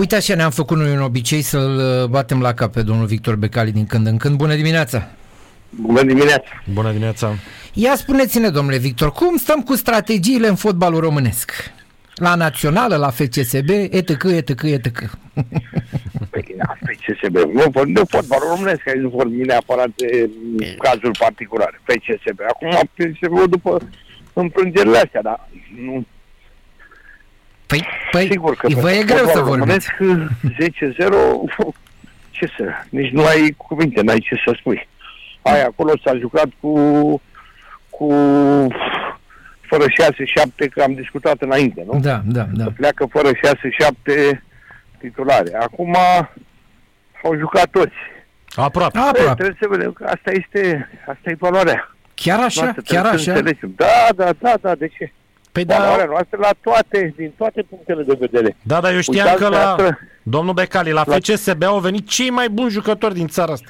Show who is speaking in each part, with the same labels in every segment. Speaker 1: Uite așa ne-am făcut noi un obicei să-l uh, batem la cap pe domnul Victor Becali din când în când. Bună dimineața!
Speaker 2: Bună dimineața!
Speaker 3: Bună dimineața!
Speaker 1: Ia spuneți-ne, domnule Victor, cum stăm cu strategiile în fotbalul românesc? La națională, la FCSB, etc., etc., etc.
Speaker 2: Păi, asta e CSB. Nu, vor- nu fotbalul românesc, aici nu vorbim neapărat de cazuri particulare. Pe CSB. Acum PCSB după înfrângerile astea, dar nu,
Speaker 1: Păi, păi
Speaker 2: sigur că...
Speaker 1: vă e
Speaker 2: pe
Speaker 1: greu să
Speaker 2: fotbalul
Speaker 1: vorbiți.
Speaker 2: Românesc 10-0, ce să... Nici nu ai cuvinte, n-ai ce să spui. Ai acolo s-a jucat cu... cu fără 6-7, că am discutat înainte, nu?
Speaker 1: Da, da, da.
Speaker 2: pleacă fără 6-7 titulare. Acum au jucat toți.
Speaker 3: Aproape.
Speaker 2: Păi,
Speaker 1: Aproape.
Speaker 2: trebuie să vedem că asta este, asta e valoarea
Speaker 1: Chiar așa,
Speaker 2: noastră.
Speaker 1: chiar
Speaker 2: trebuie să
Speaker 1: așa.
Speaker 2: înțelegem. Da, da, da, da, de ce?
Speaker 3: Păi
Speaker 2: Valoarea
Speaker 3: da,
Speaker 2: noastră la toate, din toate punctele de vedere.
Speaker 3: da, da, eu știam
Speaker 2: Uitați
Speaker 3: că la
Speaker 2: noastră.
Speaker 3: domnul Becali, la
Speaker 2: La-
Speaker 3: FCSB au venit cei mai buni jucători din țara asta.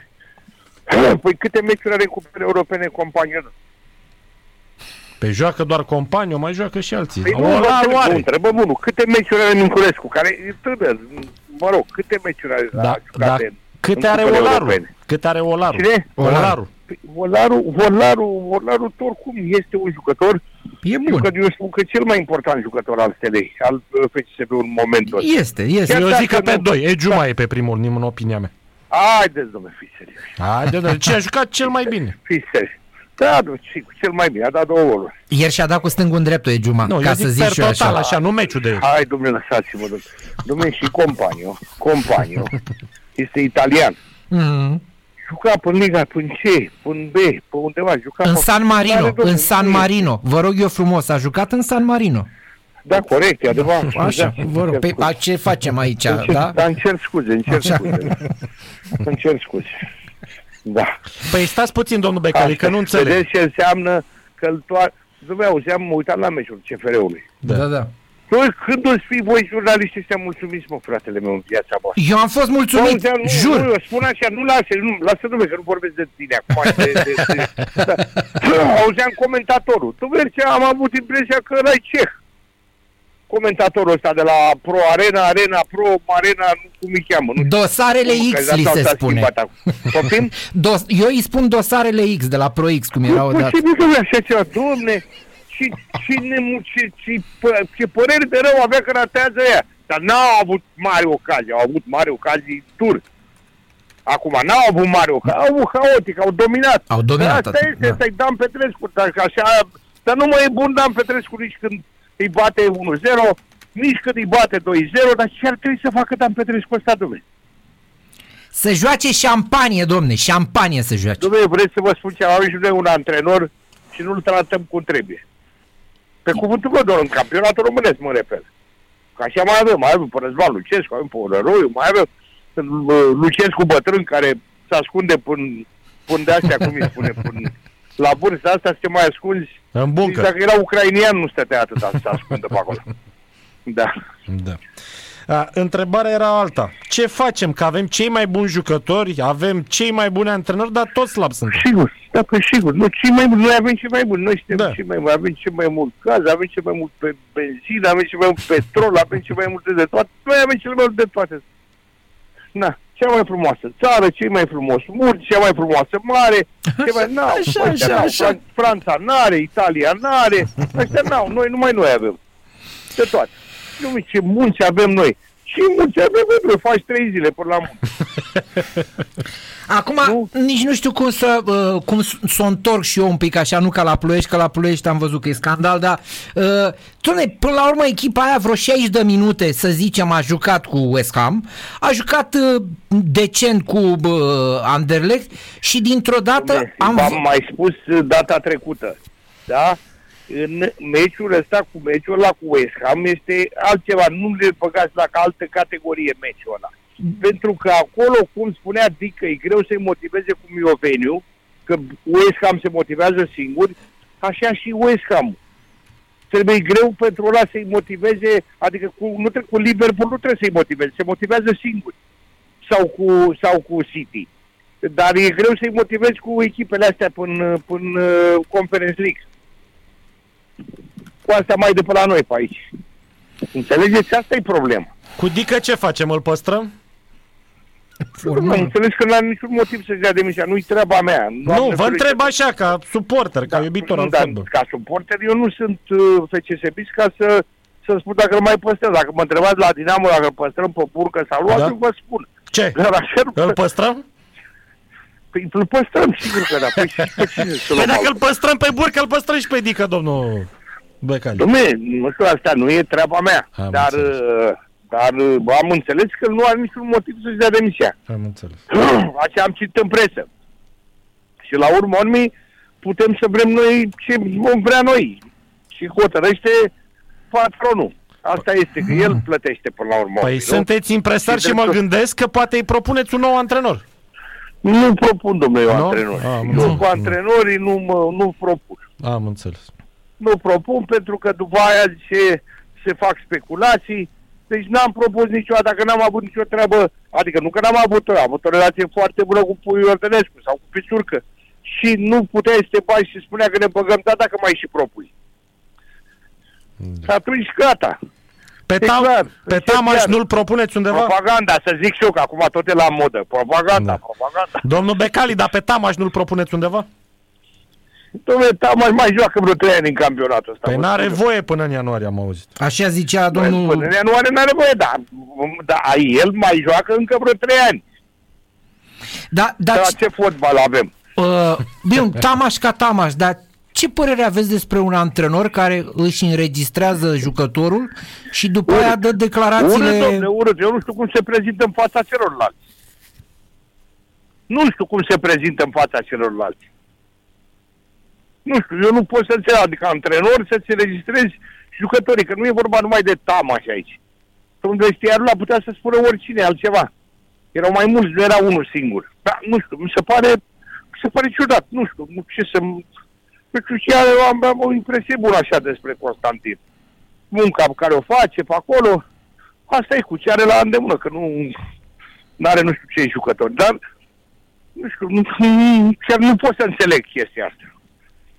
Speaker 2: Păi câte meciuri are cu cupele europene companionul?
Speaker 3: Pe joacă doar companiu, mai joacă și alții.
Speaker 2: Păi nu,
Speaker 3: o,
Speaker 2: vă
Speaker 3: la
Speaker 2: întreb,
Speaker 3: luare.
Speaker 2: nu, întrebăm unul. Câte meciuri are Minculescu? Care e tânăr, mă rog, câte meciuri are la
Speaker 3: Da, da.
Speaker 2: jucate?
Speaker 3: Câte
Speaker 2: în
Speaker 3: are
Speaker 2: cupele
Speaker 3: Olaru?
Speaker 2: europene.
Speaker 3: Cât are Olaru?
Speaker 2: Cine?
Speaker 3: Olaru.
Speaker 2: Păi, Volaru, Volaru, Volaru, oricum este un jucător
Speaker 1: E
Speaker 2: Bun.
Speaker 1: bun.
Speaker 2: Că eu spun că cel mai important jucător al Stelei, al uh, FCSB în momentul ăsta.
Speaker 1: Este, este.
Speaker 2: Chiar
Speaker 3: Eu
Speaker 2: dacă
Speaker 3: zic că pe
Speaker 2: nu-
Speaker 3: doi. Egiu
Speaker 2: Da.
Speaker 3: mai e pe primul, în opinia mea.
Speaker 2: Haideți, domnule, fiți serioși.
Speaker 3: Haide, da, ce a jucat cel mai bine?
Speaker 2: Fiți serioși. Da, nu, și cu cel mai bine, a dat două goluri.
Speaker 1: Ieri și-a dat cu stângul în dreptul, e Giuma,
Speaker 3: Nu,
Speaker 1: ca
Speaker 3: eu
Speaker 1: să
Speaker 3: zic
Speaker 1: zic
Speaker 3: per
Speaker 1: și eu
Speaker 3: total,
Speaker 1: așa.
Speaker 3: așa. nu meciul de ieri.
Speaker 2: Hai, domnule, lăsați-mă, domnule. Domnule, și Companiu, Companiu, este italian.
Speaker 1: Mhm.
Speaker 2: Juca până Liga, până C, până B, pe undeva, juca
Speaker 1: În
Speaker 2: pe-
Speaker 1: San
Speaker 2: Dar,
Speaker 1: Marino,
Speaker 2: domnule,
Speaker 1: în San
Speaker 2: nu e-
Speaker 1: Marino. Vă rog eu frumos, a jucat în San Marino.
Speaker 2: Da, corect, e adevărat.
Speaker 1: Așa,
Speaker 2: Da,
Speaker 1: vă rog.
Speaker 2: încerc
Speaker 1: Pe,
Speaker 2: scuze.
Speaker 1: a, ce facem aici,
Speaker 2: Încerc-
Speaker 1: da?
Speaker 2: Da, încerc scuze, încerc scuze. Încerc scuze. Da.
Speaker 3: Păi stați puțin, domnul Becali,
Speaker 1: Adică
Speaker 3: că nu înțeleg.
Speaker 2: Vedeți ce înseamnă căltoare. Dumnezeu, auzeam, mă uitam la meciul CFR-ului.
Speaker 3: Da.
Speaker 1: Da, da.
Speaker 2: Noi, când o să fii voi jurnaliști ăștia mulțumiți, mă, fratele meu, în viața voastră?
Speaker 1: Eu am fost
Speaker 2: Bă,
Speaker 1: mulțumit,
Speaker 2: auzeam, nu,
Speaker 1: jur.
Speaker 2: Nu, eu spun așa, nu lasă, nu, lasă dumne, că nu vorbesc de tine acum. De, de, de, da. Auzeam comentatorul. Tu vezi ce am avut impresia că erai ceh. Comentatorul ăsta de la Pro Arena, Arena Pro, Arena, nu cum îi cheamă. Nu știu
Speaker 1: Dosarele
Speaker 2: cum, că
Speaker 1: X li
Speaker 2: asta
Speaker 1: se
Speaker 2: s-a
Speaker 1: spune.
Speaker 2: schimbat acum. Poftim?
Speaker 1: Dos, eu îi spun dosarele X de la Pro X, cum era
Speaker 2: Nu
Speaker 1: odată.
Speaker 2: posibil să vrea așa ceva, domne, și cine mu- ce, ce, pă- ce păreri de rău avea că ratează ea. Dar n-au avut mari ocazii, au avut mari ocazii tur. Acum, n-au avut mari ocazii, au avut haotic, au dominat.
Speaker 1: Au dominat,
Speaker 2: Dar Asta este,
Speaker 1: da.
Speaker 2: asta e Dan Petrescu, dacă așa, dar nu mai e bun Dan Petrescu nici când îi bate 1-0, nici când îi bate 2-0, dar ce ar trebui să facă Dan Petrescu ăsta, domne?
Speaker 1: Să joace șampanie, domne, șampanie să joace.
Speaker 2: Dom'le, vreți să vă spun ceva? Avem și noi un antrenor și nu-l tratăm cum trebuie. Pe cuvântul meu, doar în campionatul românesc, mă refer. Că așa mai avem, mai avem pe Răzvan Lucescu, avem pe Orăroiu, mai avem uh, Lucescu bătrân care se ascunde până, până de astea, cum îi spune, până la vârsta asta să te mai ascunzi.
Speaker 3: În
Speaker 2: Nici
Speaker 3: buncă.
Speaker 2: dacă era ucrainian nu stătea atâta să se ascundă pe acolo. Da.
Speaker 3: Da. A, întrebarea era alta. Ce facem? Că avem cei mai buni jucători, avem cei mai buni antrenori, dar toți slabi sunt.
Speaker 2: Sigur, da, pe sigur. Nu, cei mai buni, noi avem cei mai buni, noi suntem
Speaker 3: Da.
Speaker 2: da. cei mai buni, avem cel mai mult gaz, avem cel mai mult pe benzină, avem cel mai mult petrol, avem cel mai multe de toate, noi avem cel mai mult de toate. Na, cea mai frumoasă țară, cei mai frumos munți, cea mai frumoasă mare, cea mai... N-au,
Speaker 1: așa,
Speaker 2: ăștia
Speaker 1: așa,
Speaker 2: n-au.
Speaker 1: așa.
Speaker 2: Fran- Franța n-are, Italia n-are, ăștia n-au, noi numai noi avem. De toate. Nu ce munți avem noi. Și munți avem, bă, faci trei zile până la munte.
Speaker 1: Acum,
Speaker 2: Nu.
Speaker 1: nici nu știu cum să, uh, cum s- să o întorc și eu un pic așa, nu ca la Ploiești, că la Ploiești am văzut că e scandal, dar, uh, dom'le, până la urmă echipa aia vreo 60 de minute, să zicem, a jucat cu West Ham, a jucat uh, decent cu uh, Anderlecht și dintr-o dată
Speaker 2: Dom'le,
Speaker 1: am...
Speaker 2: V-am
Speaker 1: v-
Speaker 2: mai spus uh, data trecută, da? În meciul ăsta cu meciul ăla cu West Ham este altceva. Nu le băgați la altă categorie meciul ăla. Pentru că acolo, cum spunea Dică, e greu să-i motiveze cu Mioveniu, că West Ham se motivează singur, așa și West Ham. Trebuie greu pentru ăla să-i motiveze, adică cu, nu trebuie, cu Liverpool nu trebuie să-i motiveze, se motivează singur. Sau cu, sau cu City dar e greu să-i motivezi cu echipele astea până, până uh, Conference League. Cu asta mai de pe la noi pe aici. Înțelegeți? Asta e problema.
Speaker 3: Cu Dică ce facem? Îl păstrăm?
Speaker 2: Nu,
Speaker 1: Formă.
Speaker 2: înțeles că n-am niciun motiv să-și dea demisia, nu-i treaba mea. am
Speaker 3: nu, vă
Speaker 2: nevoie
Speaker 3: întreb
Speaker 2: să-
Speaker 3: așa, ca suporter, ca iubitor
Speaker 2: nu,
Speaker 3: al
Speaker 2: dar
Speaker 3: fotbal.
Speaker 2: Ca suporter, eu nu sunt uh, fcsb ca să, să spun dacă îl mai păstrez. Dacă mă întrebați la Dinamo dacă îl păstrăm pe burcă sau luat,
Speaker 3: Da.
Speaker 2: da? eu vă spun.
Speaker 3: Ce?
Speaker 2: Dar așa nu
Speaker 3: Îl
Speaker 2: pă-
Speaker 3: păstrăm?
Speaker 2: păi, îl păstrăm, sigur că da. Păi, și pe cine să
Speaker 3: Păi
Speaker 2: luăm
Speaker 3: dacă
Speaker 2: altfel?
Speaker 3: îl păstrăm pe burcă, îl păstrăm și pe Dică, domnul Becali.
Speaker 2: Dom'le, nu știu, asta nu e treaba mea.
Speaker 3: Am
Speaker 2: dar,
Speaker 3: înțeles.
Speaker 2: uh, dar uh, am înțeles că nu are niciun motiv să-și dea demisia.
Speaker 3: Am înțeles.
Speaker 2: Așa am citit în presă. Și la urmă, urmii, putem să vrem noi ce vom vrea noi. Și hotărăște patronul. Asta este, că el plătește până la urmă.
Speaker 3: Păi
Speaker 2: nu?
Speaker 3: sunteți impresari
Speaker 2: Și
Speaker 3: și mă
Speaker 2: dreptul-
Speaker 3: gândesc că poate îi propuneți un nou antrenor.
Speaker 2: Nu propun, domnule, eu
Speaker 3: Nu?
Speaker 2: antrenori.
Speaker 3: Ah, am
Speaker 2: eu
Speaker 3: înțeles.
Speaker 2: cu antrenorii nu, mă, nu propun.
Speaker 3: Am înțeles.
Speaker 2: Nu propun pentru că după aia se, se fac speculații. Deci n-am propus niciodată, dacă n-am avut nicio treabă, adică nu că n-am avut, am avut o relație foarte bună cu Puiu Ordănescu sau cu Pițurcă. Și nu puteai să te bagi și spunea că ne băgăm, da, dacă mai și propui. Și atunci gata.
Speaker 3: Pe,
Speaker 2: E clar,
Speaker 3: tam, pe
Speaker 2: e
Speaker 3: Tamaș
Speaker 2: clar.
Speaker 3: nu-l propuneți undeva?
Speaker 2: Propaganda, să zic și eu, că acum tot e la modă. Propaganda,
Speaker 3: Da.
Speaker 2: propaganda.
Speaker 3: Domnul Becali, dar pe Tamaș nu-l propuneți undeva?
Speaker 2: Dom'le, Tamaș mai joacă vreo trei ani în campionatul ăsta.
Speaker 3: Păi
Speaker 2: vă
Speaker 3: n-are
Speaker 2: spun eu.
Speaker 3: voie până în ianuarie, am auzit.
Speaker 1: Așa zicea
Speaker 2: Până
Speaker 1: domnul...
Speaker 2: în ianuarie n-are voie, da. Da, el mai joacă încă vreo trei ani.
Speaker 1: Da,
Speaker 2: Da,
Speaker 1: da,
Speaker 2: ce fotbal avem?
Speaker 1: Uh, bine, Tamaș ca Tamaș, dar ce părere aveți despre un antrenor care își înregistrează jucătorul și după
Speaker 2: Urât.
Speaker 1: aia dă
Speaker 2: Urât, domne,
Speaker 1: declarațiile...
Speaker 2: urât. Eu nu știu cum se prezintă în fața celorlalți. Nu știu cum se prezintă în fața celorlalți. Nu știu, eu nu pot să înțeleg, adică antrenor să-ți înregistrezi jucătorii, că nu e vorba numai de Tamaș aici. În vestiarul a putea să spună oricine altceva. Erau mai mulți, nu era unul singur. Da, nu știu, mi se pare, mi se pare ciudat, nu știu, nu- ce să... Nu știu, chiar eu am, am o impresie bună așa despre Constantin. Munca pe care o face pe acolo, asta e cu ce are la îndemână, că nu are nu știu ce jucători, dar nu știu, nu, chiar nu pot să înțeleg chestia asta.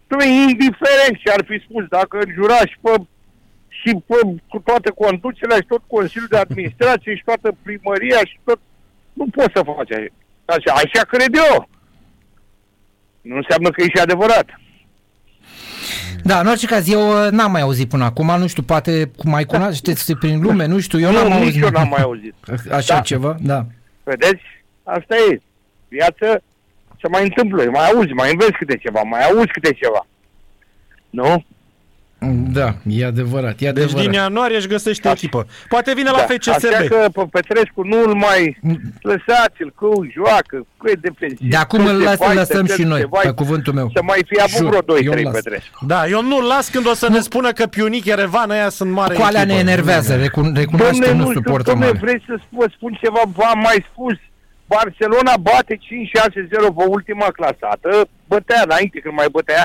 Speaker 2: Dom'le, indiferent ce ar fi spus, dacă înjura și pe, și pe cu toate conducerea și tot Consiliul de Administrație și toată primăria și tot, nu poți să faci așa. Așa, așa cred eu. Nu înseamnă că e și adevărat.
Speaker 1: Da, în orice caz, eu uh, n-am mai auzit până acum, nu știu, poate cum mai cunoașteți prin lume, nu știu, eu n-am
Speaker 2: Da. nu, nici
Speaker 1: auzit
Speaker 2: eu n-am mai auzit.
Speaker 1: așa
Speaker 2: Da.
Speaker 1: ceva, da.
Speaker 2: Vedeți? Asta e. Viață se mai întâmplă. Mai auzi, mai înveți câte ceva, mai auzi câte ceva. Nu?
Speaker 1: Da, e adevărat, e
Speaker 3: Deci din ianuarie își găsește echipă. Poate vine la
Speaker 2: Da. Așa
Speaker 3: FCSB.
Speaker 2: că pe Petrescu nu-l mai lăsați-l, că îl joacă, că e defensiv.
Speaker 1: Mm. De acum
Speaker 2: că
Speaker 1: îl
Speaker 2: se
Speaker 1: las, îl
Speaker 2: baită,
Speaker 1: lăsăm
Speaker 2: că
Speaker 1: și
Speaker 2: se
Speaker 1: noi,
Speaker 2: baită.
Speaker 1: pe cuvântul meu.
Speaker 2: Să mai fi
Speaker 1: Jur,
Speaker 2: avut
Speaker 1: eu
Speaker 2: vreo 2-3
Speaker 1: îl las.
Speaker 2: Petrescu.
Speaker 3: Da, eu nu-l las când o să ne spună că Pionic, Erevan, ăia sunt mare
Speaker 1: Cu alea ne
Speaker 3: echipă.
Speaker 1: enervează, recun- recunoaște că nu
Speaker 2: știu,
Speaker 1: suportăm
Speaker 2: domne,
Speaker 1: alea.
Speaker 2: vrei să spun, spun ceva, v-am mai spus. Barcelona bate 5-6-0 pe ultima clasată, bătea înainte când mai bătea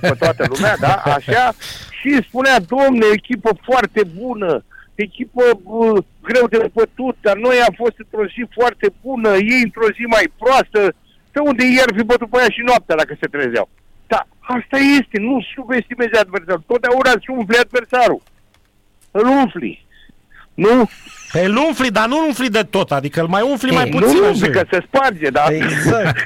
Speaker 2: pe toată lumea, da, așa, și spunea, domne, echipă foarte bună, echipă bă, greu de bătut, dar noi am fost într-o zi foarte bună, ei într-o zi mai proastă, pe unde ei ar fi bătut pe aia și noaptea dacă se trezeau. Da, asta este, nu subestimezi adversarul, totdeauna îți umfli adversarul, îl umfli. Nu?
Speaker 3: Pe îl umfli, dar nu umfli de tot, adică îl mai umfli
Speaker 1: Ei,
Speaker 3: mai
Speaker 2: Nu,
Speaker 3: puțin.
Speaker 2: nu,
Speaker 3: așa.
Speaker 2: că se sparge, da?
Speaker 3: Exact.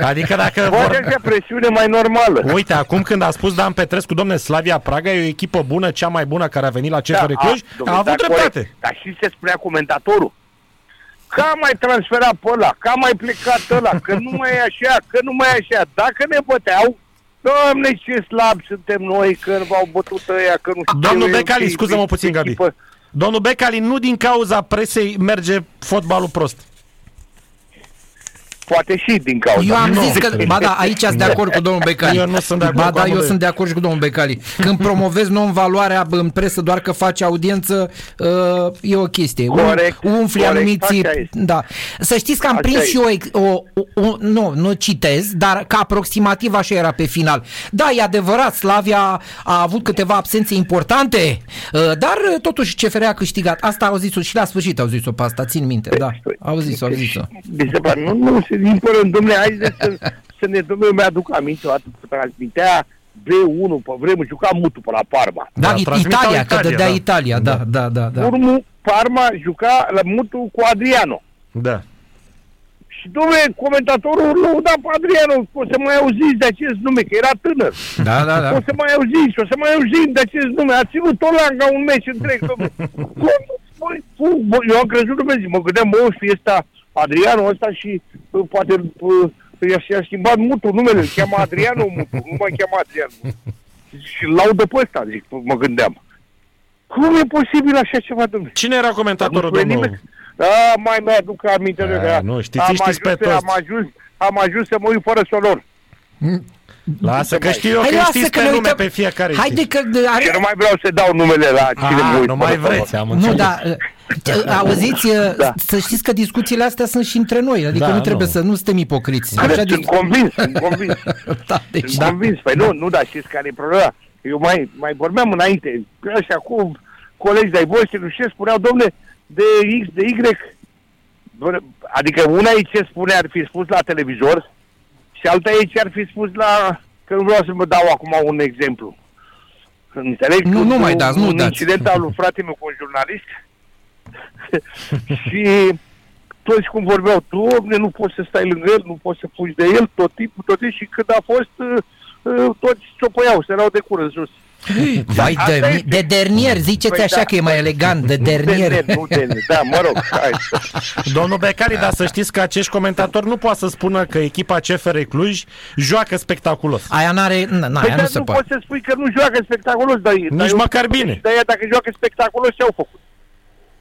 Speaker 3: adică dacă
Speaker 2: Poate
Speaker 3: vor...
Speaker 2: așa presiune mai normală.
Speaker 3: Uite, acum când a spus Dan Petrescu, domne, Slavia Praga e o echipă bună, cea mai bună care a venit la CFR Cluj, a,
Speaker 2: domnule,
Speaker 3: avut
Speaker 2: da,
Speaker 3: dreptate.
Speaker 2: corect. Dar și ce spunea comentatorul? Că a mai transferat pe ăla, că a mai plecat ăla, că nu mai e așa, că nu mai e așa. Dacă ne băteau, Doamne, ce slab suntem noi, că v-au bătut ăia, că nu știu...
Speaker 3: Domnul
Speaker 2: eu,
Speaker 3: Becali,
Speaker 2: ce-
Speaker 3: scuză-mă
Speaker 2: ce
Speaker 3: puțin, Gabi.
Speaker 2: echipă.
Speaker 3: Domnul Becali, nu din cauza presei merge fotbalul prost.
Speaker 2: Poate și din cauza.
Speaker 1: Eu am
Speaker 3: Nu.
Speaker 1: zis că, ba da, aici sunt de acord cu domnul Becali.
Speaker 3: Eu nu sunt de acord
Speaker 1: Ba
Speaker 3: cu
Speaker 1: da, eu
Speaker 3: amândoi.
Speaker 1: sunt de acord și cu domnul Becali. Când promovezi non-valoarea în presă doar că faci audiență, uh, e o chestie. Um-
Speaker 2: Corect,
Speaker 1: Umfli
Speaker 2: corect,
Speaker 1: anumiți...
Speaker 2: așa este.
Speaker 1: Da. Să știți că am
Speaker 2: Așa
Speaker 1: prins
Speaker 2: e.
Speaker 1: și eu, ex- o, o, o, nu, nu citez, dar ca aproximativ așa era pe final. Da, e adevărat, Slavia a avut câteva absențe importante, uh, dar uh, totuși CFR a câștigat. Asta au zis-o și la sfârșit au zis-o pe asta, țin minte,
Speaker 3: Păi,
Speaker 1: da. Au zis-o, au zis-o.
Speaker 2: Mi se pare, nu, nu, se din părând, domne, hai de să, să ne, domne, eu mi-aduc aminte, o dată transmitea B1 pe vreme, juca Mutu pe la Parma.
Speaker 1: Da,
Speaker 3: Da,
Speaker 1: It-
Speaker 3: transmiteau
Speaker 1: Italia, că
Speaker 3: Italia,
Speaker 1: dădea
Speaker 3: da.
Speaker 1: Italia, da, da, da. da.
Speaker 2: Urmul Parma juca la Mutu cu Adriano.
Speaker 3: Da.
Speaker 2: Și, domnule, comentatorul lăuda pe Adriano, că o să mai auziți de acest nume, că era tânăr.
Speaker 1: Da, da,
Speaker 2: O
Speaker 1: da.
Speaker 2: să mai auziți, o să mai auzim de acest nume. A ținut Olanga un meci întreg, domnule. Cum? Băi, cum? Bă, eu am crezut Dumnezeu. Mă gândeam, mă, și ăsta, Adriano ăsta și bă, poate bă, i-a, și-a schimbat Mutu numele. Îl cheamă Adriano Mutu, nu mai cheamă Adriano Mutu. Și laudă pe ăsta, zic, bă, mă gândeam. Cum e posibil așa ceva, domnule?
Speaker 3: Cine era comentatorul,
Speaker 2: Nu spune
Speaker 3: domnul?
Speaker 2: nimeni. Da, mai mi-aduc aminte de
Speaker 3: A,
Speaker 2: că
Speaker 3: nu, știți,
Speaker 2: am,
Speaker 3: știți
Speaker 2: ajuns,
Speaker 3: pe toți.
Speaker 2: am, ajuns, am ajuns să mă uit fără solor.
Speaker 3: Lasă că
Speaker 2: mai-
Speaker 3: știu eu că știți pe nume pe fiecare.
Speaker 1: Haide
Speaker 3: știți.
Speaker 1: că...
Speaker 2: Și
Speaker 1: Are...
Speaker 2: nu mai vreau să dau numele la cine mă
Speaker 3: A,
Speaker 2: uit
Speaker 3: nu mai
Speaker 2: fără solor.
Speaker 3: vreți, am
Speaker 1: Nu,
Speaker 3: înțeles.
Speaker 1: dar uh, auziți, uh,
Speaker 2: Da.
Speaker 1: să știți că discuțiile astea sunt și între noi, adică
Speaker 3: Da,
Speaker 1: nu trebuie
Speaker 3: nu.
Speaker 1: să nu suntem ipocriți.
Speaker 2: Cred,
Speaker 1: Așa
Speaker 2: sunt
Speaker 1: de...
Speaker 2: convins, sunt convins.
Speaker 1: Da, deci,
Speaker 2: Sunt convins. Păi nu, nu, dar știți care e problema? Eu mai, mai vorbeam înainte, că așa cu colegi de-ai voștri, nu știu, spuneau, domne, de X, de Y. Bă, Adică una e ce spune, ar fi spus la televizor, și alta e ce ar fi spus la... Că nu vreau să mă dau acum un exemplu. Înțelegi?
Speaker 1: Nu, nu
Speaker 2: Un-
Speaker 1: mai dați, nu
Speaker 2: un
Speaker 1: dați.
Speaker 2: incident al lui fratele meu cu un jurnalist și toți cum vorbeau, domne, nu poți să stai lângă el, nu poți să fugi de el, tot timpul, tot timpul, și când a fost, uh, uh, toți ciopăiau, se erau de cur în sus.
Speaker 1: vai
Speaker 2: Asta
Speaker 1: de,
Speaker 2: este.
Speaker 1: de dernier, ziceți
Speaker 2: Păi
Speaker 1: așa
Speaker 2: da.
Speaker 1: că e mai elegant, de
Speaker 2: De,
Speaker 1: dernier.
Speaker 2: de, nu de, da, mă rog, hai.
Speaker 3: Domnul Becali, dar să știți că acești comentatori nu poate să spună că echipa CFR Cluj joacă spectaculos.
Speaker 1: Aia n-are, n- n-
Speaker 2: Păi,
Speaker 1: aia
Speaker 2: dar
Speaker 1: nu
Speaker 2: nu,
Speaker 1: se poate.
Speaker 2: poți să spui că nu joacă spectaculos, dar, dar
Speaker 3: Nici
Speaker 2: eu-
Speaker 3: măcar bine.
Speaker 2: dar ea, dacă joacă spectaculos, ce au făcut?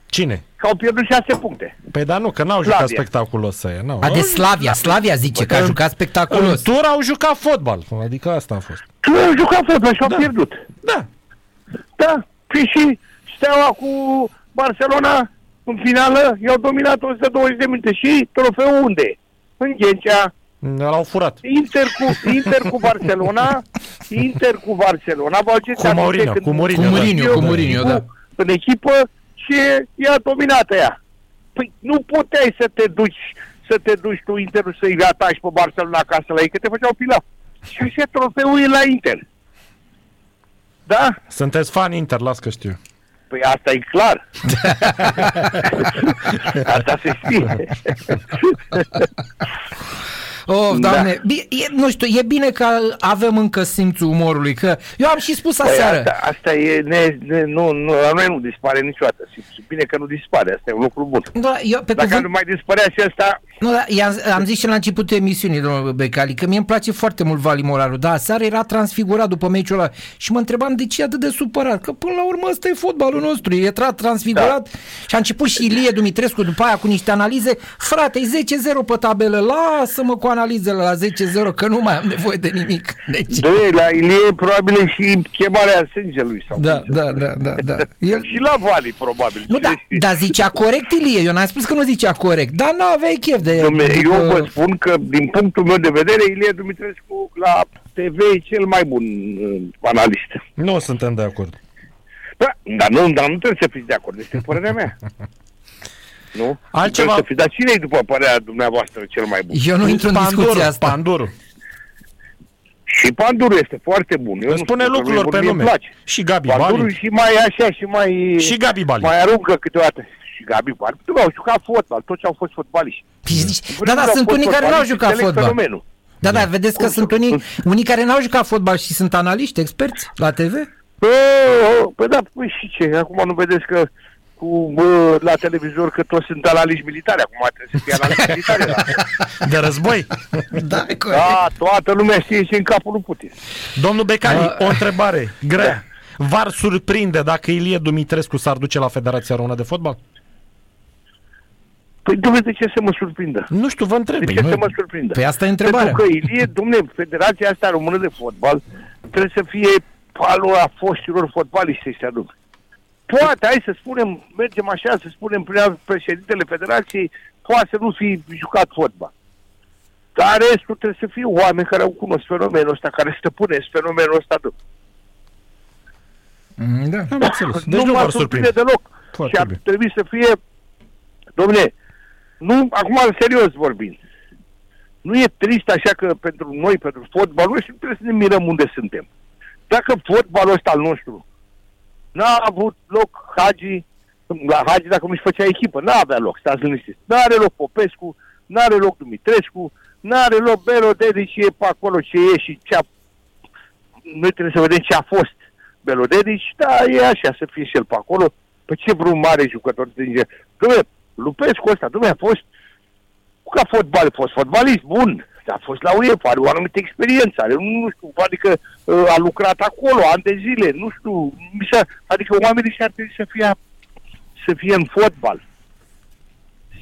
Speaker 3: Cine?
Speaker 2: Că au pierdut șase puncte.
Speaker 3: Păi da, nu, că n-au jucat
Speaker 2: Slavia.
Speaker 3: spectaculos ăia. N-au.
Speaker 1: A, deci- de
Speaker 2: da.
Speaker 1: Slavia, Slavia zice că a jucat
Speaker 3: În
Speaker 1: spectaculos.
Speaker 3: tur au jucat fotbal. Adică asta a fost.
Speaker 2: Tu au jucat fotbal și au pierdut.
Speaker 3: Da.
Speaker 2: Da, păi și Steaua cu Barcelona în finală i-au dominat 120 de minute și trofeul unde? e? În Ghencea,
Speaker 3: L-au furat.
Speaker 2: Inter cu, Inter cu Barcelona, Inter cu Barcelona, vă aduceți
Speaker 3: Cu
Speaker 2: aminte
Speaker 3: Mourinho,
Speaker 2: când-
Speaker 3: cu Mourinho,
Speaker 1: Cu Mourinho,
Speaker 2: eu-
Speaker 1: cu Mourinho,
Speaker 2: cu-
Speaker 1: da.
Speaker 2: În echipă și i-a dominat ea. Păi nu puteai să te duci să te duci tu Interul să-i atași pe Barcelona acasă la ei, că te făceau pilaf. Și așa trofeul e la Inter. Da?
Speaker 3: Sunteți fan Inter, las că știu.
Speaker 2: Păi asta e clar. asta se știe.
Speaker 1: Oh,
Speaker 2: Da.
Speaker 1: doamne, Bi- e, nu știu, e bine că avem încă simțul umorului, că eu am și spus
Speaker 2: Păi
Speaker 1: aseară.
Speaker 2: asta, asta e, ne, ne, nu, nu, la noi nu dispare niciodată. Și- și Bine că nu dispare, asta e un lucru bun.
Speaker 1: Da, eu, pe
Speaker 2: Dacă
Speaker 1: cuvânt,
Speaker 2: nu mai dispărea și asta,
Speaker 1: nu, da, i-am, am zis și la începutul emisiunii, domnul Becali, că mie îmi place foarte mult Vali Moraru, dar aseară era transfigurat după meciul ăla și mă întrebam de ce e atât de supărat, că până la urmă ăsta e fotbalul nostru, e tra- transfigurat da. și a început și Ilie Dumitrescu după aia cu niște analize, frate, e 10-0 pe tabelă, lasă-mă cu analizele la 10-0, că nu mai am nevoie de nimic. Deci,
Speaker 2: de la Ilie probabil e și chemarea sângelui. Sau
Speaker 1: da,
Speaker 2: cum se-
Speaker 1: da, da, da, da. El,
Speaker 2: Și la Vali, probabil.
Speaker 1: Nu, da,
Speaker 2: Cine știe?
Speaker 1: dar zicea corect Ilie, eu n-am spus că nu zicea corect, dar nu aveai chef de...
Speaker 2: Dom'le,
Speaker 1: de-
Speaker 2: eu vă spun că, din punctul meu de vedere, Ilie Dumitrescu la TV e cel mai bun uh, analist.
Speaker 3: Nu suntem de acord.
Speaker 2: Da, dar nu, dar nu trebuie să fiți de acord, este părerea mea. Nu?
Speaker 3: Altceva-
Speaker 2: Trebuie Să fiți, dar cine e după părerea dumneavoastră cel mai bun?
Speaker 1: Eu nu intru în discuția asta.
Speaker 3: Panduru.
Speaker 2: Și Panduru este foarte bun. Eu
Speaker 3: Îmi
Speaker 2: nu
Speaker 3: spune
Speaker 2: spun că nu e
Speaker 3: lucrurilor
Speaker 2: bun,
Speaker 3: pe
Speaker 2: mie
Speaker 3: nume.
Speaker 2: Îmi place.
Speaker 3: Și Gabi
Speaker 2: Panduru
Speaker 3: Balint.
Speaker 2: și mai așa și mai...
Speaker 3: Și Gabi Balint.
Speaker 2: Mai aruncă câteodată. Și Gabi Balint. Tu au jucat fotbal, toți au fost fotbaliști.
Speaker 1: Păi,
Speaker 2: Vreau
Speaker 1: Da, da,
Speaker 2: că au
Speaker 1: sunt
Speaker 2: fost
Speaker 1: unii care n-au
Speaker 2: fotbaliști,
Speaker 1: jucat
Speaker 2: înțeleg
Speaker 1: fotbal.
Speaker 2: fenomenul.
Speaker 1: Da, da, vedeți că sunt unii, unii care n-au jucat fotbal și sunt analiști, experți la TV.
Speaker 2: Bă, o, Păi da, păi și ce? Acum nu vedeți că cu, bă, la televizor că toți sunt analiști militari. Acum trebuie să fie analiști militari. Da.
Speaker 3: De război.
Speaker 1: Da, corect.
Speaker 2: da, toată lumea știe ce e în capul lui Putin.
Speaker 3: Domnul Becali,
Speaker 2: Da.
Speaker 3: o întrebare grea. V-ar surprinde dacă Ilie Dumitrescu s-ar duce la Federația Română de Fotbal?
Speaker 2: Păi, domnule, de ce să mă surprindă?
Speaker 3: Nu știu, vă întreb.
Speaker 2: De ce să mă surprindă?
Speaker 1: Păi asta e întrebarea.
Speaker 2: Pentru că, Ilie, domne, Federația asta română de fotbal trebuie să fie palul a foștilor fotbaliști ăștia, domne. Poate, hai să spunem, mergem așa, să spunem, prea președintele Federației poate să nu fi jucat fotbal. Dar restul trebuie să fie oameni care au cunosc fenomenul ăsta, care stăpânesc fenomenul ăsta, domne.
Speaker 1: Mm, Da.
Speaker 3: Am înțeles. Deci nu,
Speaker 2: m-ar
Speaker 3: v-ar surprinde.
Speaker 2: deloc.
Speaker 3: Foarte
Speaker 2: și ar
Speaker 3: bine.
Speaker 2: trebui să fie... Domne, nu, acum serios vorbind, nu e trist așa că pentru noi, pentru fotbalul și trebuie să ne mirăm unde suntem. Dacă fotbalul ăsta al nostru n-a avut loc Hagi, la Hagi dacă nu-și făcea echipă, n-avea loc, stați liniștiți. N-are loc Popescu, n-are loc Dumitrescu, n-are loc Belodedi și e pe acolo ce e și ce a... Noi trebuie să vedem ce a fost Belodedi și da, e așa să fie și el pe acolo. Pe ce vreun mare jucător din Dom'le, Lupescu ăsta, dom'le, a fost ca fotbal, a fost fotbalist, bun, a fost la UEFA, are o anumită experiență, are, nu știu, adică a lucrat acolo ani de zile, nu știu, mi s-a, adică oamenii și-ar trebui să fie, să fie în fotbal,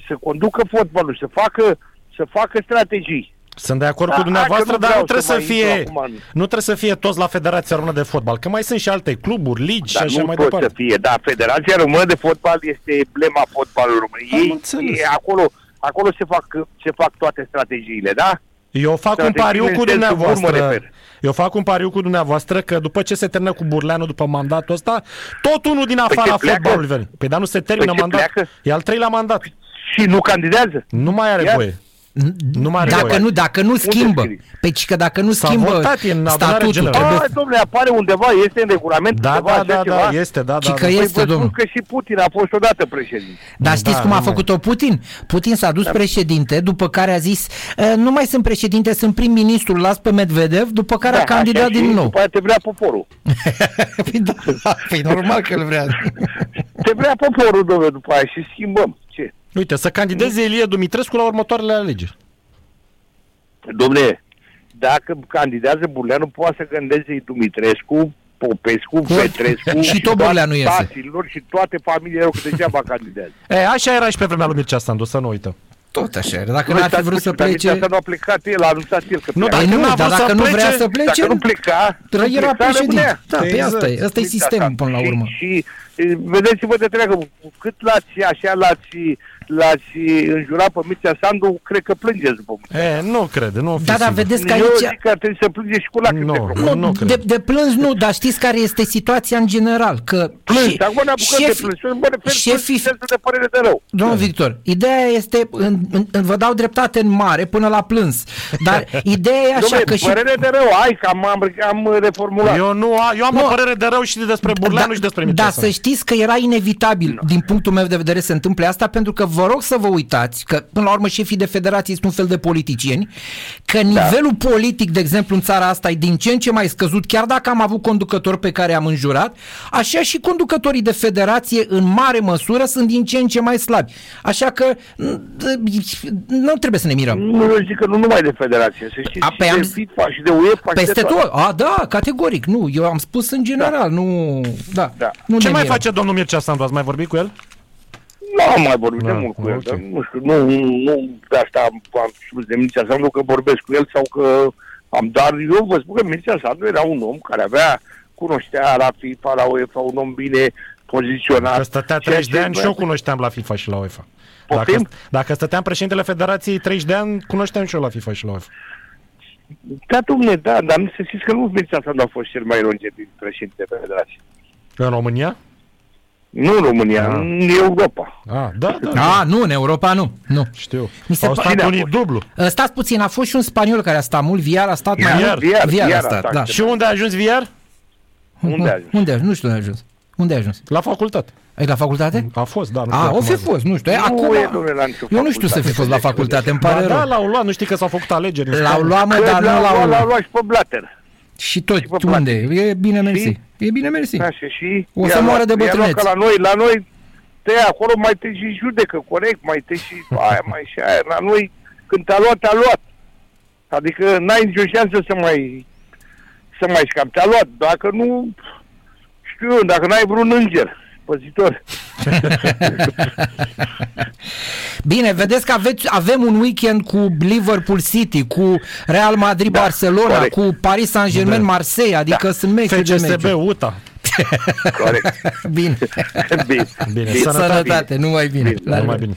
Speaker 2: să conducă fotbalul, să facă, să facă strategii.
Speaker 3: Sunt de acord da, cu dumneavoastră, dar nu trebuie să, fie nu trebuie să fie toți la Federația Română de Fotbal, că mai sunt și alte cluburi, ligi
Speaker 2: dar
Speaker 3: și așa
Speaker 2: nu
Speaker 3: mai
Speaker 2: pot
Speaker 3: departe.
Speaker 2: să fie, da, Federația Română de Fotbal este emblema fotbalului României.
Speaker 3: înțeles.
Speaker 2: E acolo, acolo se fac, se fac toate strategiile, da?
Speaker 3: Eu fac un
Speaker 2: Strategiile
Speaker 3: pariu
Speaker 2: în
Speaker 3: cu
Speaker 2: sensul bun, mă
Speaker 3: dumneavoastră.
Speaker 2: refer.
Speaker 3: Eu fac un pariu cu dumneavoastră că după ce se termină cu Burleanu după mandatul ăsta, tot unul din afara
Speaker 2: Păi ce pleacă?
Speaker 3: fotbalului vine. Păi dar nu se termină
Speaker 2: ce
Speaker 3: mandatul.
Speaker 2: pleacă?
Speaker 3: E al treilea mandat.
Speaker 2: Și nu candidează.
Speaker 3: Nu mai are
Speaker 2: Ia.
Speaker 3: voie. Nu mai are
Speaker 1: Dacă
Speaker 3: voie.
Speaker 1: nu, dacă nu schimbă,
Speaker 2: scrie?
Speaker 1: pe ci că dacă nu
Speaker 3: S-a
Speaker 1: schimbă
Speaker 3: votat în adunarea
Speaker 1: statutul,
Speaker 3: generală.
Speaker 1: trebuie
Speaker 2: Ah, domnule, apare undeva, este în regulament
Speaker 3: Păi Da,
Speaker 2: undeva,
Speaker 3: da,
Speaker 2: așa
Speaker 3: da,
Speaker 2: ceva.
Speaker 3: da, este, da, da.
Speaker 1: Și că
Speaker 3: da.
Speaker 2: Păi
Speaker 1: e-
Speaker 2: vă
Speaker 1: Este,
Speaker 2: spun
Speaker 1: domnule.
Speaker 2: că și Putin a fost odată președinte.
Speaker 1: Dar știți
Speaker 3: Da,
Speaker 1: cum a
Speaker 3: nu mai-
Speaker 1: făcut-o Putin? Putin s-a dus președinte, după care a zis, "E, nu mai sunt președinte, sunt prim-ministru, las pe Medvedev, după care a
Speaker 2: Da, așa
Speaker 1: candidat
Speaker 2: și
Speaker 1: din nou.
Speaker 2: După aia te vrea poporul.
Speaker 1: Păi da, păi normal că îl vrea.
Speaker 2: Te vrea poporul, domnule, după aia și schimbăm. Ce?
Speaker 3: Uite, să candideze Ilie Dumitrescu la următoarele alegeri.
Speaker 2: Domnule, dacă candidează Burleanu, poate să gândeze Dumitrescu, Popescu, Petrescu
Speaker 1: Și tot Burleanu iese.
Speaker 2: taților și toate familiile lor, că degeaba candidează.
Speaker 3: E, așa era și pe vremea lui Mircea Sandu, să nu uităm.
Speaker 1: Tot așa, era. dacă n-ar fi vrut să plece...
Speaker 2: Dar nu a plecat el, a anunțat el că
Speaker 3: Nu,
Speaker 1: Păi
Speaker 2: pleacă.
Speaker 3: Dacă
Speaker 1: nu,
Speaker 3: n-a
Speaker 1: dar
Speaker 3: vrut să
Speaker 1: dacă nu vrea
Speaker 3: plece,
Speaker 1: să plece,
Speaker 2: Dacă nu pleca, nu
Speaker 1: era
Speaker 2: pleca,
Speaker 1: președinte.
Speaker 2: rămânea.
Speaker 1: Da, pe
Speaker 3: Exact.
Speaker 1: asta e, asta e
Speaker 2: Uite
Speaker 1: sistemul
Speaker 2: asta.
Speaker 1: până la urmă.
Speaker 2: Și, și e, vedeți-vă de treabă, cu cât l-ați așa, l-ați, l-ați înjurat pe Mircea Sandu, cred că plângeți după Mircea.
Speaker 3: E, nu cred, nu fi
Speaker 1: Da, dar
Speaker 3: sigur.
Speaker 1: vedeți că
Speaker 2: Eu
Speaker 1: aici...
Speaker 2: zic că ar trebui să plânge și cu lacrimi
Speaker 3: Nu.
Speaker 2: de crocodil.
Speaker 3: Nu
Speaker 1: Nu,
Speaker 3: cred.
Speaker 1: de, de plâns nu, dar știți care este situația în general? Că
Speaker 2: Plângi,
Speaker 1: și-
Speaker 2: acum ne apucăm de plâns. Eu mă refer
Speaker 1: șefii-
Speaker 2: șefii... sensul de părere de rău.
Speaker 1: Domnul Victor, ideea este, în, în, în, vă dau dreptate în mare până la plâns, dar ideea e așa
Speaker 2: Dom'le,
Speaker 1: că și...
Speaker 2: părere de rău, ai că am, am, am reformulat.
Speaker 3: Eu nu, a- eu am
Speaker 1: Nu.
Speaker 3: o părere de rău și despre Burleanu și despre Mircea
Speaker 1: da,
Speaker 3: Sandu.
Speaker 1: să știți că era inevitabil, din punctul meu de vedere, să întâmple asta, pentru că vă rog să vă uitați că, până la urmă, șefii de federații sunt un fel de politicieni,
Speaker 3: Da.
Speaker 1: că nivelul politic, de exemplu, în țara asta e din ce în ce mai scăzut, chiar dacă am avut conducători pe care am înjurat, așa și conducătorii de federație, în mare măsură, sunt din ce în ce mai slabi. Așa că n- nu trebuie să ne mirăm.
Speaker 2: Nu, eu zic că nu numai de federație, să știți,
Speaker 1: A,
Speaker 2: și
Speaker 1: păi am
Speaker 2: de
Speaker 1: zis-
Speaker 2: FIFA, și de UEFA, și
Speaker 1: Peste
Speaker 2: de
Speaker 1: tot. A, da, categoric. Nu, eu am spus în general, nu... Da.
Speaker 2: Da.
Speaker 1: Nu
Speaker 3: Ce
Speaker 1: ne
Speaker 3: mai
Speaker 1: mirăm.
Speaker 3: face domnul Mircea Sandu? Ați mai vorbit cu el?
Speaker 2: Nu am mai vorbit de
Speaker 3: Da,
Speaker 2: mult cu el,
Speaker 3: ok.
Speaker 2: dar nu știu, nu, nu, nu de asta am, am spus de Mircea Sandu că vorbesc cu el sau că am, dar eu vă spun că Mircea Sandu era un om care avea, cunoștea la FIFA, la UEFA, un om bine poziționat.
Speaker 3: Că stătea
Speaker 2: Ceea
Speaker 3: 30 de
Speaker 2: ce
Speaker 3: ani și
Speaker 2: voia
Speaker 3: eu cunoșteam la FIFA și la UEFA. Dacă,
Speaker 2: Poftim?
Speaker 3: dacă stăteam președintele Federației 30 de ani, cunoșteam și eu la FIFA și la UEFA.
Speaker 2: Da, domne, da, dar nu să știți că nu Mircea Sandu a fost cel mai longevit președinte de federație.
Speaker 3: În România?
Speaker 2: Nu în România,
Speaker 3: Ah.
Speaker 2: în Europa.
Speaker 3: Ah, da, da, da.
Speaker 1: A, nu, în Europa nu. Nu.
Speaker 3: Știu.
Speaker 1: Mi se
Speaker 3: Au
Speaker 1: pa-
Speaker 3: stat
Speaker 2: Cine a
Speaker 3: unii
Speaker 2: fost?
Speaker 3: dublu.
Speaker 1: Uh, Stați puțin, a fost și un spaniol care a stat mult, Viar a stat mai
Speaker 3: Viar?
Speaker 1: mult.
Speaker 2: Viar, Viar
Speaker 1: a
Speaker 2: a
Speaker 1: stat,
Speaker 2: stat,
Speaker 1: da.
Speaker 2: ce-
Speaker 3: Și unde a ajuns VR?
Speaker 2: Unde a ajuns?
Speaker 1: Unde a ajuns? Nu știu unde a ajuns. Unde a ajuns?
Speaker 3: La facultate.
Speaker 1: Ai la facultate?
Speaker 3: A fost, da. Nu știu
Speaker 1: A, o
Speaker 3: acum
Speaker 1: fi
Speaker 3: a-
Speaker 1: fost, nu știu. E,
Speaker 2: Nu
Speaker 1: Acum,
Speaker 2: e, domnule, la nicio
Speaker 1: eu nu știu să
Speaker 2: facultate.
Speaker 1: fi fost la facultate, îmi
Speaker 3: Ba
Speaker 1: pare
Speaker 3: da,
Speaker 1: rău.
Speaker 3: l-au luat, nu știi că s-au făcut alegeri. în
Speaker 1: L-au
Speaker 3: Spania.
Speaker 1: luat, mă,
Speaker 2: Că
Speaker 1: dar nu
Speaker 2: l-a
Speaker 1: l-au
Speaker 2: luat, l-a
Speaker 1: luat.
Speaker 2: luat și pe Blatter.
Speaker 1: Și tot,
Speaker 2: pe
Speaker 1: unde? E bine, mersi.
Speaker 2: Și? Da.
Speaker 1: E bine, mersi.
Speaker 2: Așa, și
Speaker 1: O să
Speaker 2: i-a
Speaker 1: moară
Speaker 2: luat-
Speaker 1: de
Speaker 2: i-a luat
Speaker 1: bătrâneți.
Speaker 2: Că la noi, la noi, te acolo mai te și judecă, corect, mai te și aia, mai și aia. La noi, când te-a luat, te-a luat. Adică n-ai nicio șansă să mai, să mai scapi. Te-a luat. Dacă nu, știu eu, dacă n-ai vreun înger păzitor.
Speaker 1: Bine, vedeți că aveți, avem un weekend cu Liverpool City, cu Real Madrid Barcelona,
Speaker 2: Da, corect. Da.
Speaker 1: cu Paris Saint-Germain Marseille, adică sunt meciuri de meciuri.
Speaker 3: FCSB, UTA.
Speaker 2: Corect.
Speaker 1: Bine.
Speaker 2: Bine.
Speaker 3: Bine,
Speaker 1: Sănătate, numai bine.
Speaker 2: Bine,
Speaker 1: La
Speaker 3: Numai
Speaker 1: revedere.
Speaker 3: bine.